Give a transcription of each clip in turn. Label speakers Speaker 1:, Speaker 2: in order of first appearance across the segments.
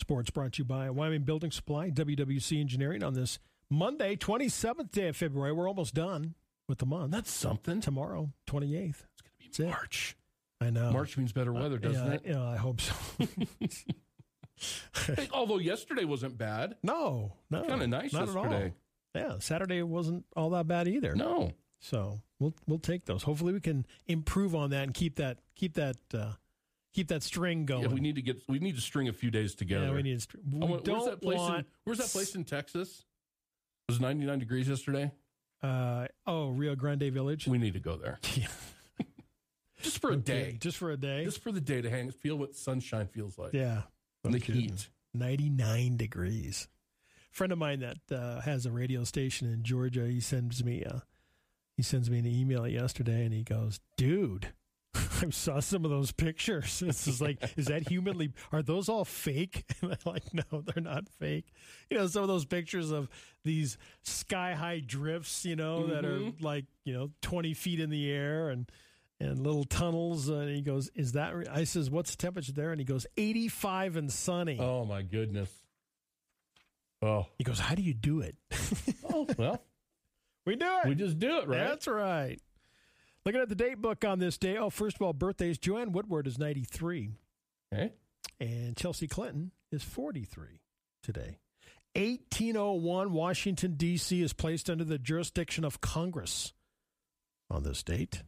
Speaker 1: Sports brought to you by Wyoming Building Supply, WWC Engineering on this Monday, 27th day of February. We're almost done with the month.
Speaker 2: That's something.
Speaker 1: Tomorrow, 28th. That's
Speaker 2: It's going to
Speaker 1: it.
Speaker 2: be March.
Speaker 1: I know.
Speaker 2: March means better weather, doesn't
Speaker 1: yeah,
Speaker 2: it?
Speaker 1: Yeah, I hope so.
Speaker 2: I think- Although yesterday wasn't bad.
Speaker 1: no, no.
Speaker 2: Kind of nice
Speaker 1: Oh, Not
Speaker 2: yesterday.
Speaker 1: at all. Yeah, Saturday wasn't all that bad either.
Speaker 2: No.
Speaker 1: So we'll we'll take those. Hopefully, we can improve on that and keep that keep that uh, keep that string going.
Speaker 2: Yeah, we need to get we need to string a few days together.
Speaker 1: Yeah, we need. a str- We
Speaker 2: I want-
Speaker 1: don't
Speaker 2: where's that place
Speaker 1: want.
Speaker 2: in, where's that place in Texas? It was 99 degrees yesterday.
Speaker 1: Uh, oh, Rio Grande Village.
Speaker 2: We need to go there.
Speaker 1: Yeah.
Speaker 2: Just for a
Speaker 1: Okay,
Speaker 2: day.
Speaker 1: just for a day.
Speaker 2: Just for the day to hang feel what sunshine feels like.
Speaker 1: yeah,
Speaker 2: And
Speaker 1: No
Speaker 2: the
Speaker 1: kidding.
Speaker 2: heat.
Speaker 1: 99 degrees. Friend of mine that uh, has a radio station in Georgia, he sends me a, he sends me an email yesterday, and he goes, "Dude, I saw some of those pictures. This is like, is that humanly? Are those all fake?" And I'm like, "No, they're not fake. You know, some of those pictures of these sky high drifts, you know, that are
Speaker 2: Mhm.
Speaker 1: like you know 20 feet in the air and." and little tunnels. And he goes, "Is that?" Re-? I says, "What's the temperature there?" And he goes, "85 and sunny."
Speaker 2: Oh my goodness. Oh.
Speaker 1: He goes, "How do you do it?"
Speaker 2: Oh, well,
Speaker 1: we do it.
Speaker 2: we just do it, right?
Speaker 1: That's right. Looking at the date book on this day. Oh, first of all, birthdays: Joanne Woodward is 93,
Speaker 2: Okay.
Speaker 1: and Chelsea Clinton is 43 today. 1801, Washington D.C. is placed under the jurisdiction of Congress on this date.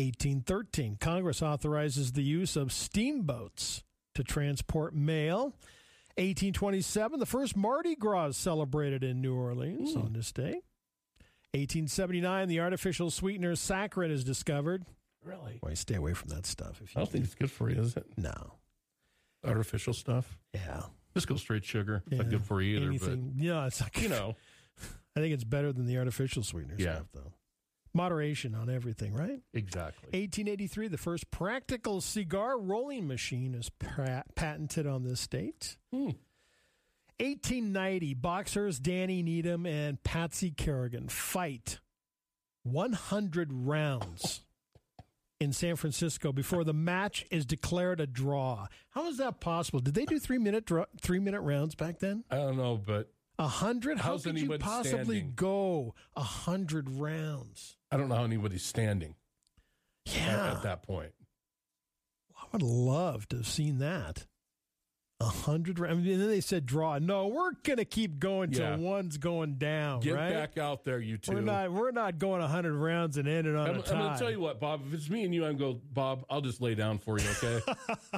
Speaker 1: 1813, Congress authorizes the use of steamboats to transport mail. 1827, the first Mardi Gras is celebrated in New Orleans
Speaker 2: Hmm.
Speaker 1: on this day. 1879, the artificial sweetener saccharin is discovered.
Speaker 2: Really?
Speaker 1: Boy, stay away from that stuff. If
Speaker 2: I
Speaker 1: you
Speaker 2: don't think it's good for you, is it?
Speaker 1: no,
Speaker 2: Artificial stuff.
Speaker 1: yeah,
Speaker 2: Just go straight sugar. It's
Speaker 1: Yeah.
Speaker 2: not good for you either,
Speaker 1: anything. yeah, it's like
Speaker 2: but you know.
Speaker 1: I think it's better than the artificial sweetener
Speaker 2: Yeah.
Speaker 1: stuff, though. Moderation on everything, right?
Speaker 2: Exactly.
Speaker 1: 1883, the first practical cigar rolling machine is pra- patented on this date.
Speaker 2: Hmm.
Speaker 1: 1890, boxers Danny Needham and Patsy Kerrigan fight 100 rounds in San Francisco before the match is declared a draw. How is that possible? Did they do three minute dra- three minute rounds back then?
Speaker 2: I don't know, but
Speaker 1: A hundred? How
Speaker 2: How's
Speaker 1: could you
Speaker 2: anybody
Speaker 1: possibly
Speaker 2: standing?
Speaker 1: go a hundred rounds?
Speaker 2: I don't know how anybody's standing at-
Speaker 1: Yeah,
Speaker 2: at that point.
Speaker 1: I would love to have seen that. A hundred rounds. and then they said draw. No, we're gonna keep going till
Speaker 2: Yeah.
Speaker 1: one's going down.
Speaker 2: Get
Speaker 1: right?
Speaker 2: back out there, you 2
Speaker 1: We're not. We're not going a hundred rounds and ending on
Speaker 2: I'm,
Speaker 1: a
Speaker 2: I'm
Speaker 1: tie.
Speaker 2: going to tell you what, Bob. If it's me and you, I'm go, Bob. I'll just lay down for you, okay?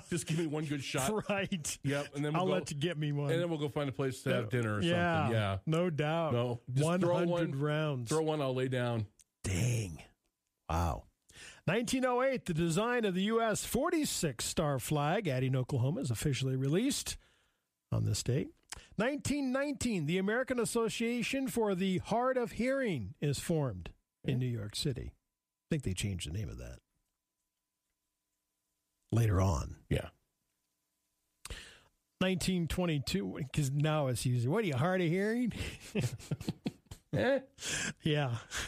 Speaker 2: just give me one good shot.
Speaker 1: right?
Speaker 2: Yep, and then we'll
Speaker 1: I'll
Speaker 2: go,
Speaker 1: let you get me one.
Speaker 2: and then we'll go find a place to have dinner or
Speaker 1: yeah,
Speaker 2: something. Yeah,
Speaker 1: no doubt.
Speaker 2: No, just
Speaker 1: one
Speaker 2: throw
Speaker 1: hundred
Speaker 2: one-
Speaker 1: rounds.
Speaker 2: throw one. I'll lay down.
Speaker 1: Dang. Wow. 1908, the design of the U.S. 46 star flag, adding Oklahoma, is officially released on this date. 1919, the American Association for the Hard of Hearing is formed in New York City. I think they changed the name of that later on.
Speaker 2: Yeah,
Speaker 1: 1922, because now it's used. What are you, hard of hearing?
Speaker 2: eh?
Speaker 1: Yeah.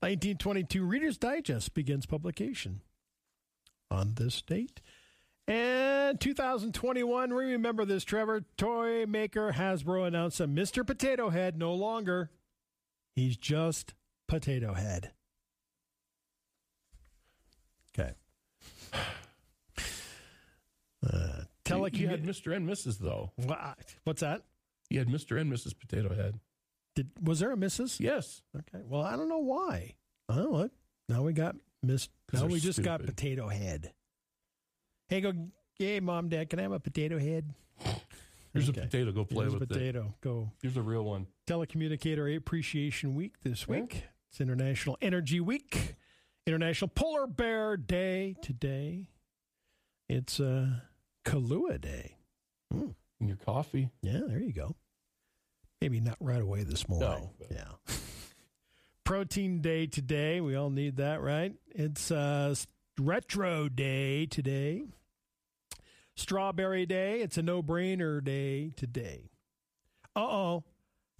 Speaker 1: 1922, Reader's Digest begins publication on this date. And 2021, we remember this, Trevor. Toy maker Hasbro announced that Mr. Potato Head no longer. He's just Potato Head. Okay. Uh, telecom-
Speaker 2: you, you had Mr. and Mrs. Though
Speaker 1: Wha- What's that?
Speaker 2: you had Mr. and Mrs. Potato Head.
Speaker 1: Did, was there a Mrs.?
Speaker 2: Yes,
Speaker 1: Okay. Well, I don't know why. I don't know what. Now we got Miss. Now
Speaker 2: 'Cause they're
Speaker 1: we just got
Speaker 2: stupid.
Speaker 1: potato head. Hey, go. Hey, mom, dad, can I have a potato head?
Speaker 2: here's
Speaker 1: Okay.
Speaker 2: a potato. Go play
Speaker 1: Here's a
Speaker 2: with it.
Speaker 1: potato. Go.
Speaker 2: Here's a real one.
Speaker 1: Telecommunicator Appreciation Week this
Speaker 2: Yeah.
Speaker 1: week. It's International Energy Week. International Polar Bear Day today. It's uh, Kahlua Day.
Speaker 2: And your coffee.
Speaker 1: Yeah, there you go. Maybe not right away this morning.
Speaker 2: but-
Speaker 1: yeah. Protein day today. We all need that, right? It's uh, s- retro day today. Strawberry day. It's a no brainer day today. Uh oh.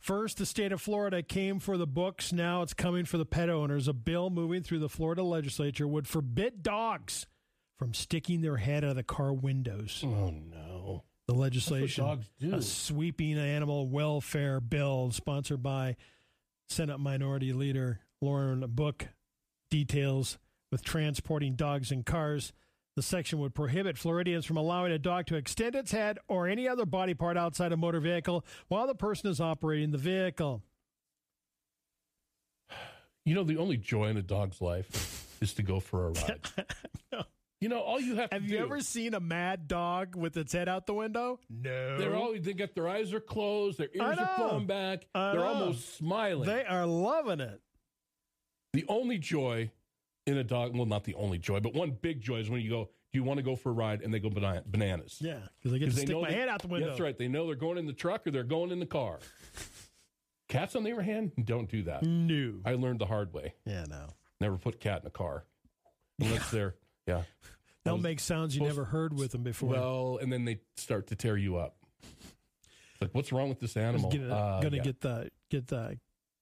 Speaker 1: First, the state of Florida came for the books. Now it's coming for the pet owners. A bill moving through the Florida legislature would forbid dogs from sticking their head out of the car windows.
Speaker 2: Oh no.
Speaker 1: The the legislation,
Speaker 2: dogs do.
Speaker 1: a sweeping animal welfare bill sponsored by Senate Minority Leader Lauren Book, details with transporting dogs in cars. The section would prohibit Floridians from allowing a dog to extend its head or any other body part outside a motor vehicle while the person is operating the vehicle.
Speaker 2: You know, the only joy in a dog's life is to go for a ride.
Speaker 1: No.
Speaker 2: You know, all you have,
Speaker 1: Have
Speaker 2: to
Speaker 1: you
Speaker 2: do,
Speaker 1: ever seen a mad dog with its head out the window? No.
Speaker 2: They're all they got their eyes are closed, their ears
Speaker 1: know.
Speaker 2: are flowing back,
Speaker 1: I
Speaker 2: they're
Speaker 1: know.
Speaker 2: almost smiling.
Speaker 1: they are loving it.
Speaker 2: the only joy in a dog, well, not the only joy, but one big joy is when you go, Do you want to go for a ride? And they go bana- bananas.
Speaker 1: Yeah, because I get to
Speaker 2: 'Cause
Speaker 1: stick my
Speaker 2: they-
Speaker 1: head out the window.
Speaker 2: That's right. They know they're going in the truck or they're going in the car. Cats, on the other hand, don't do that.
Speaker 1: No.
Speaker 2: I learned the hard way.
Speaker 1: Yeah, no.
Speaker 2: Never put cat in a car unless they're yeah.
Speaker 1: They'll
Speaker 2: was
Speaker 1: make sounds you
Speaker 2: supposed-
Speaker 1: never heard with them before.
Speaker 2: Well, and then they start to tear you up. It's Like, what's wrong with this animal?
Speaker 1: Gonna,
Speaker 2: Uh,
Speaker 1: gonna
Speaker 2: yeah.
Speaker 1: get the get the.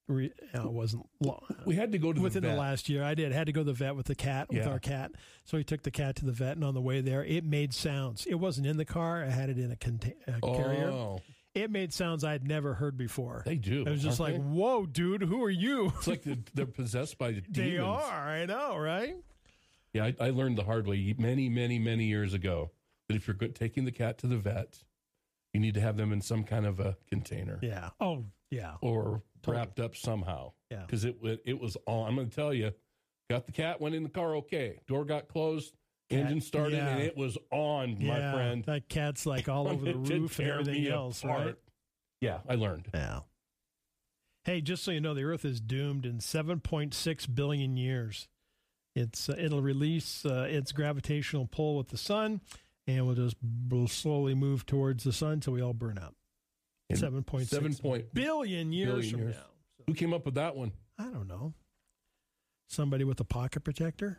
Speaker 1: Re, no, it wasn't long.
Speaker 2: We had to go to the
Speaker 1: Within the,
Speaker 2: vet.
Speaker 1: last year, I did had to go to the vet with the cat with
Speaker 2: Yeah.
Speaker 1: our cat. So we took the cat to the vet, and on the way there, it made sounds. It wasn't in the car. I had it in a, conta- a carrier.
Speaker 2: Oh,
Speaker 1: It made sounds I'd never heard before.
Speaker 2: they do.
Speaker 1: I was just like,
Speaker 2: aren't they?
Speaker 1: "Whoa, dude, who are you?"
Speaker 2: it's like they're, they're possessed by the demons.
Speaker 1: they are. I know, right?
Speaker 2: Yeah, I, I learned the hard way many, many, many years ago that if you're good, taking the cat to the vet, you need to have them in some kind of a container
Speaker 1: Yeah. Oh, yeah.
Speaker 2: or
Speaker 1: Totally.
Speaker 2: wrapped up somehow.
Speaker 1: Yeah.
Speaker 2: because it wa- it was all. I'm going to tell you, got the cat, went in the car, okay. Door got closed,
Speaker 1: Cat-
Speaker 2: engine started,
Speaker 1: yeah.
Speaker 2: and it was on, my
Speaker 1: yeah.
Speaker 2: friend.
Speaker 1: That cat's like all over the
Speaker 2: It did
Speaker 1: roof and
Speaker 2: tear
Speaker 1: everything
Speaker 2: me
Speaker 1: else,
Speaker 2: apart.
Speaker 1: right?
Speaker 2: Yeah, I learned.
Speaker 1: Yeah. Hey, just so you know, the Earth is doomed in 7.6 billion years. It's uh, it'll release uh, its gravitational pull with the sun, and we'll just we'll slowly move towards the sun till we all burn up.
Speaker 2: In
Speaker 1: Seven point
Speaker 2: Seven
Speaker 1: six
Speaker 2: point.
Speaker 1: billion years
Speaker 2: billion
Speaker 1: from
Speaker 2: years.
Speaker 1: now. So,
Speaker 2: Who came up with that one?
Speaker 1: I don't know. Somebody with a pocket protector.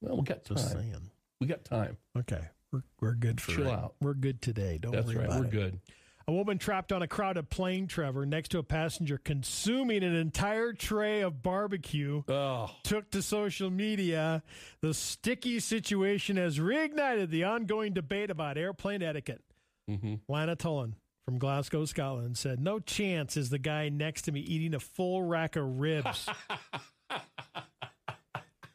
Speaker 2: Well, we got
Speaker 1: Just
Speaker 2: time.
Speaker 1: saying.
Speaker 2: We got time.
Speaker 1: Okay, we're we're good for
Speaker 2: Chill
Speaker 1: right-
Speaker 2: out.
Speaker 1: We're good today. Don't
Speaker 2: That's
Speaker 1: worry
Speaker 2: right.
Speaker 1: about
Speaker 2: We're
Speaker 1: it.
Speaker 2: good.
Speaker 1: A woman trapped on a crowded plane, Trevor, next to a passenger consuming an entire tray of barbecue,
Speaker 2: Oh,
Speaker 1: took to social media. The sticky situation has reignited the ongoing debate about airplane etiquette.
Speaker 2: hmm
Speaker 1: Lana Tullen from Glasgow, Scotland said, No chance is the guy next to me eating a full rack of ribs.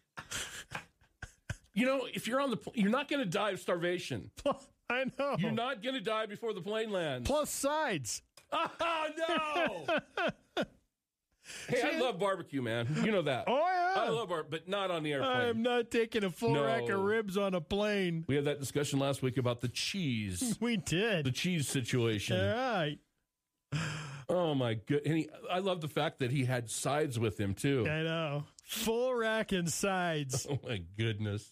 Speaker 2: you know, if you're on the, pl- you're not going to die of starvation.
Speaker 1: Oh. I know.
Speaker 2: You're not going to die before the plane lands.
Speaker 1: Plus sides.
Speaker 2: Oh no! hey, I love barbecue, man. You know that.
Speaker 1: Oh, yeah.
Speaker 2: I love bar, but not on the airplane.
Speaker 1: I am not taking a full
Speaker 2: No.
Speaker 1: rack of ribs on a plane.
Speaker 2: We had that discussion last week about the cheese,
Speaker 1: We
Speaker 2: the
Speaker 1: did.
Speaker 2: cheese situation.
Speaker 1: All right.
Speaker 2: Oh my good! And he, I love the fact that he had sides with him too.
Speaker 1: I know. Full rack and sides.
Speaker 2: Oh my goodness!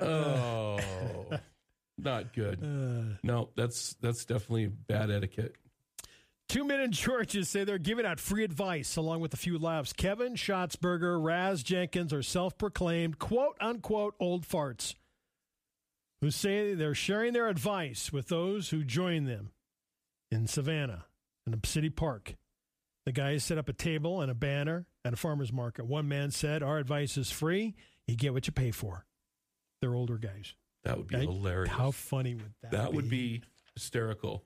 Speaker 2: Oh, not good.
Speaker 1: Uh,
Speaker 2: No, that's that's definitely bad etiquette.
Speaker 1: two men in Georgia say they're giving out free advice along with a few laughs. Kevin Schatzberger, Raz Jenkins are self proclaimed quote unquote old farts who say they're sharing their advice with those who join them in Savannah, in a city park. The guys set up a table and a banner at a farmer's market. One man said, Our advice is free. You get what you pay for. They're older guys.
Speaker 2: That would be
Speaker 1: Right?
Speaker 2: hilarious.
Speaker 1: How funny would that,
Speaker 2: that would be hysterical.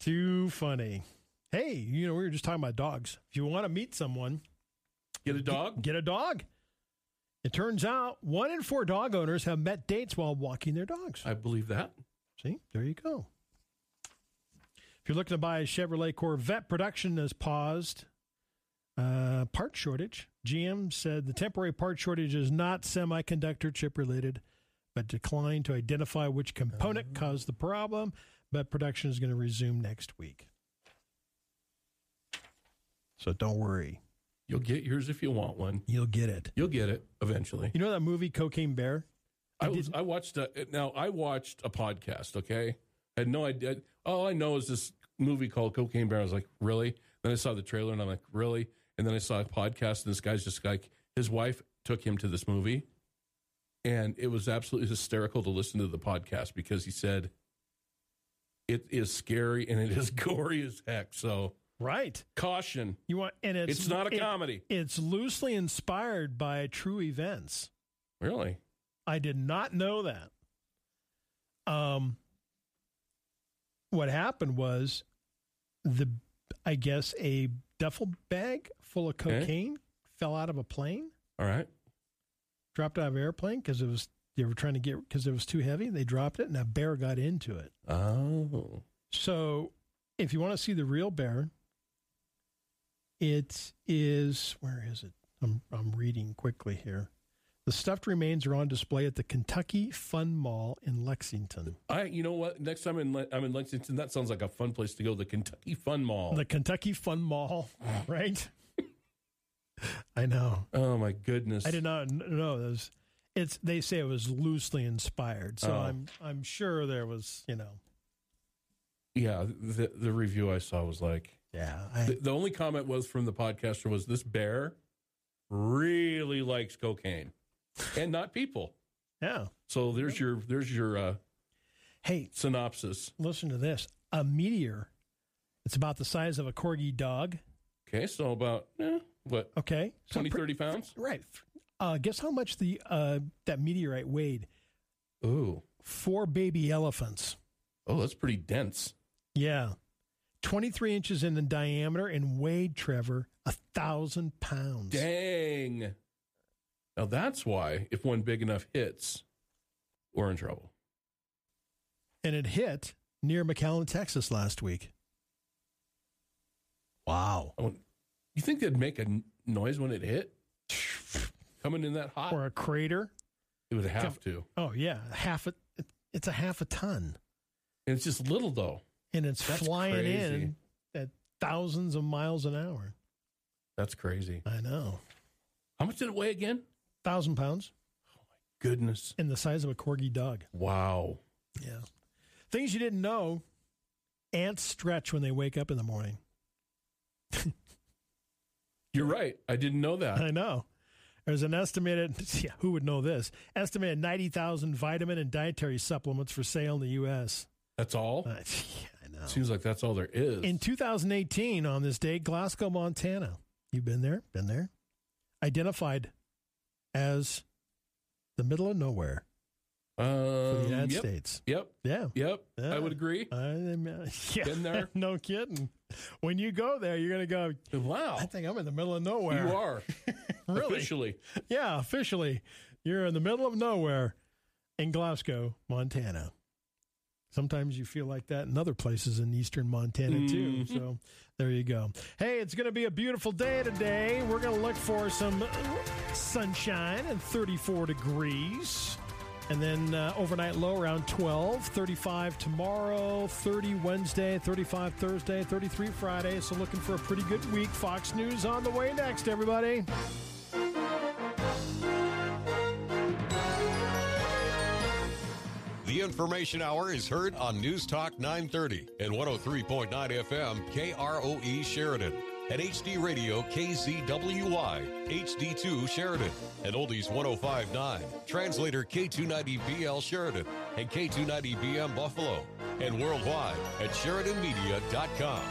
Speaker 1: Too funny. Hey, you know, we were just talking about dogs. If you want to meet someone,
Speaker 2: Get a dog.
Speaker 1: get a dog. It turns out one in four dog owners have met dates while walking their dogs.
Speaker 2: I believe that.
Speaker 1: See, there you go. If you're looking to buy a Chevrolet Corvette, production has paused. Uh, part shortage. GM said the temporary part shortage is not semiconductor chip related, but declined to identify which component
Speaker 2: Uh-huh.
Speaker 1: caused the problem. But production is going to resume next week. So don't worry.
Speaker 2: You'll get yours if you want one.
Speaker 1: You'll get it.
Speaker 2: You'll get it eventually.
Speaker 1: You know that movie Cocaine Bear?
Speaker 2: I was I watched a, now I watched a podcast. Okay, I had no idea. All I know is this movie called Cocaine Bear. I was like, really? Then I saw the trailer and I'm like, really? And then I saw a podcast and this guy's just like his wife took him to this movie, and it was absolutely hysterical to listen to the podcast because he said it is scary and it is gory as heck. So
Speaker 1: Right.
Speaker 2: caution.
Speaker 1: You want and it's
Speaker 2: It's, not a
Speaker 1: it-
Speaker 2: comedy,
Speaker 1: It's loosely inspired by true events.
Speaker 2: really.
Speaker 1: I did not know that. um, what happened was the I guess a duffel bag full of
Speaker 2: Okay.
Speaker 1: cocaine fell out of a plane,
Speaker 2: All right.
Speaker 1: dropped out of an airplane because it was they were trying to get because it was too heavy. They dropped it and a bear got into it.
Speaker 2: Oh.
Speaker 1: So if you want to see the real bear, it is where is it? I'm I'm reading quickly here. The stuffed remains are on display at the Kentucky Fun Mall in Lexington.
Speaker 2: I, you know what? Next time in Le- I'm in Lexington, that sounds like a fun place to go. The Kentucky Fun Mall.
Speaker 1: The Kentucky Fun Mall, right? I know.
Speaker 2: oh my goodness!
Speaker 1: I did not kn- know those. It's they say it was loosely inspired, so
Speaker 2: Oh.
Speaker 1: I'm I'm sure there was you know
Speaker 2: Yeah, the the review I saw was like
Speaker 1: yeah
Speaker 2: the,
Speaker 1: I,
Speaker 2: the only comment was from the podcaster was this bear really likes cocaine and not people.
Speaker 1: yeah.
Speaker 2: So there's your there's your uh,
Speaker 1: Hey,
Speaker 2: synopsis.
Speaker 1: listen to this. A meteor. It's about the size of a corgi dog.
Speaker 2: Okay, so about eh, what
Speaker 1: Okay, so
Speaker 2: 20,
Speaker 1: pre-
Speaker 2: 30 pounds?
Speaker 1: right. Uh, guess how much the uh, that meteorite weighed?
Speaker 2: Ooh,
Speaker 1: Four baby elephants.
Speaker 2: oh, that's pretty dense.
Speaker 1: Yeah, twenty three inches in diameter and weighed Trevor a thousand pounds.
Speaker 2: Dang. Now that's why if one big enough hits, we're in trouble.
Speaker 1: and it hit near McAllen, Texas last week. Wow.
Speaker 2: I went, you think they'd make a n- noise when it hit? Coming in that hot?
Speaker 1: Or a crater.
Speaker 2: it would have to.
Speaker 1: Oh yeah, half a it's a half a ton
Speaker 2: And it's just little though.
Speaker 1: and it's
Speaker 2: That's
Speaker 1: flying
Speaker 2: crazy.
Speaker 1: in at thousands of miles an hour.
Speaker 2: That's crazy.
Speaker 1: I know.
Speaker 2: How much did it weigh again?
Speaker 1: 1000 pounds
Speaker 2: Goodness.
Speaker 1: and the size of a corgi dog.
Speaker 2: Wow.
Speaker 1: Yeah. Things you didn't know. Ants stretch when they wake up in the morning.
Speaker 2: You're right. I didn't know that.
Speaker 1: I know. There's an estimated, yeah, who would know this? Estimated 90,000 vitamin and dietary supplements for sale in the U.S.
Speaker 2: That's all.
Speaker 1: Uh, yeah, I know.
Speaker 2: Seems like that's all there is.
Speaker 1: In 2018, on this day, Glasgow, Montana, you've been there, been there, identified as the middle of nowhere for the
Speaker 2: Um,
Speaker 1: United
Speaker 2: yep,
Speaker 1: States.
Speaker 2: yep.
Speaker 1: Yeah.
Speaker 2: Yep.
Speaker 1: Yeah.
Speaker 2: I would agree.
Speaker 1: I, am- yeah.
Speaker 2: Been there.
Speaker 1: no kidding. When you go there, you're going to go,
Speaker 2: Wow.
Speaker 1: I think I'm in the middle of nowhere.
Speaker 2: Oh. You are.
Speaker 1: Really?
Speaker 2: Officially.
Speaker 1: Yeah, officially, you're in the middle of nowhere in Glasgow, Montana. Sometimes you feel like that in other places in eastern Montana, too.
Speaker 2: Mhm.
Speaker 1: So there you go. Hey, it's going to be a beautiful day today. We're going to look for some sunshine and 34 degrees. And then uh, overnight low around 12, 35 tomorrow, 30 Wednesday, 35 Thursday, 33 Friday. So looking for a pretty good week. Fox News on the way next, everybody.
Speaker 3: The Information Hour is heard on News Talk 930 and 103.9 FM KROE E Sheridan. At HD Radio KZWY, HD2 Sheridan, and Oldies 1059, translator K290BL Sheridan, and K290BM Buffalo, and worldwide at SheridanMedia.com.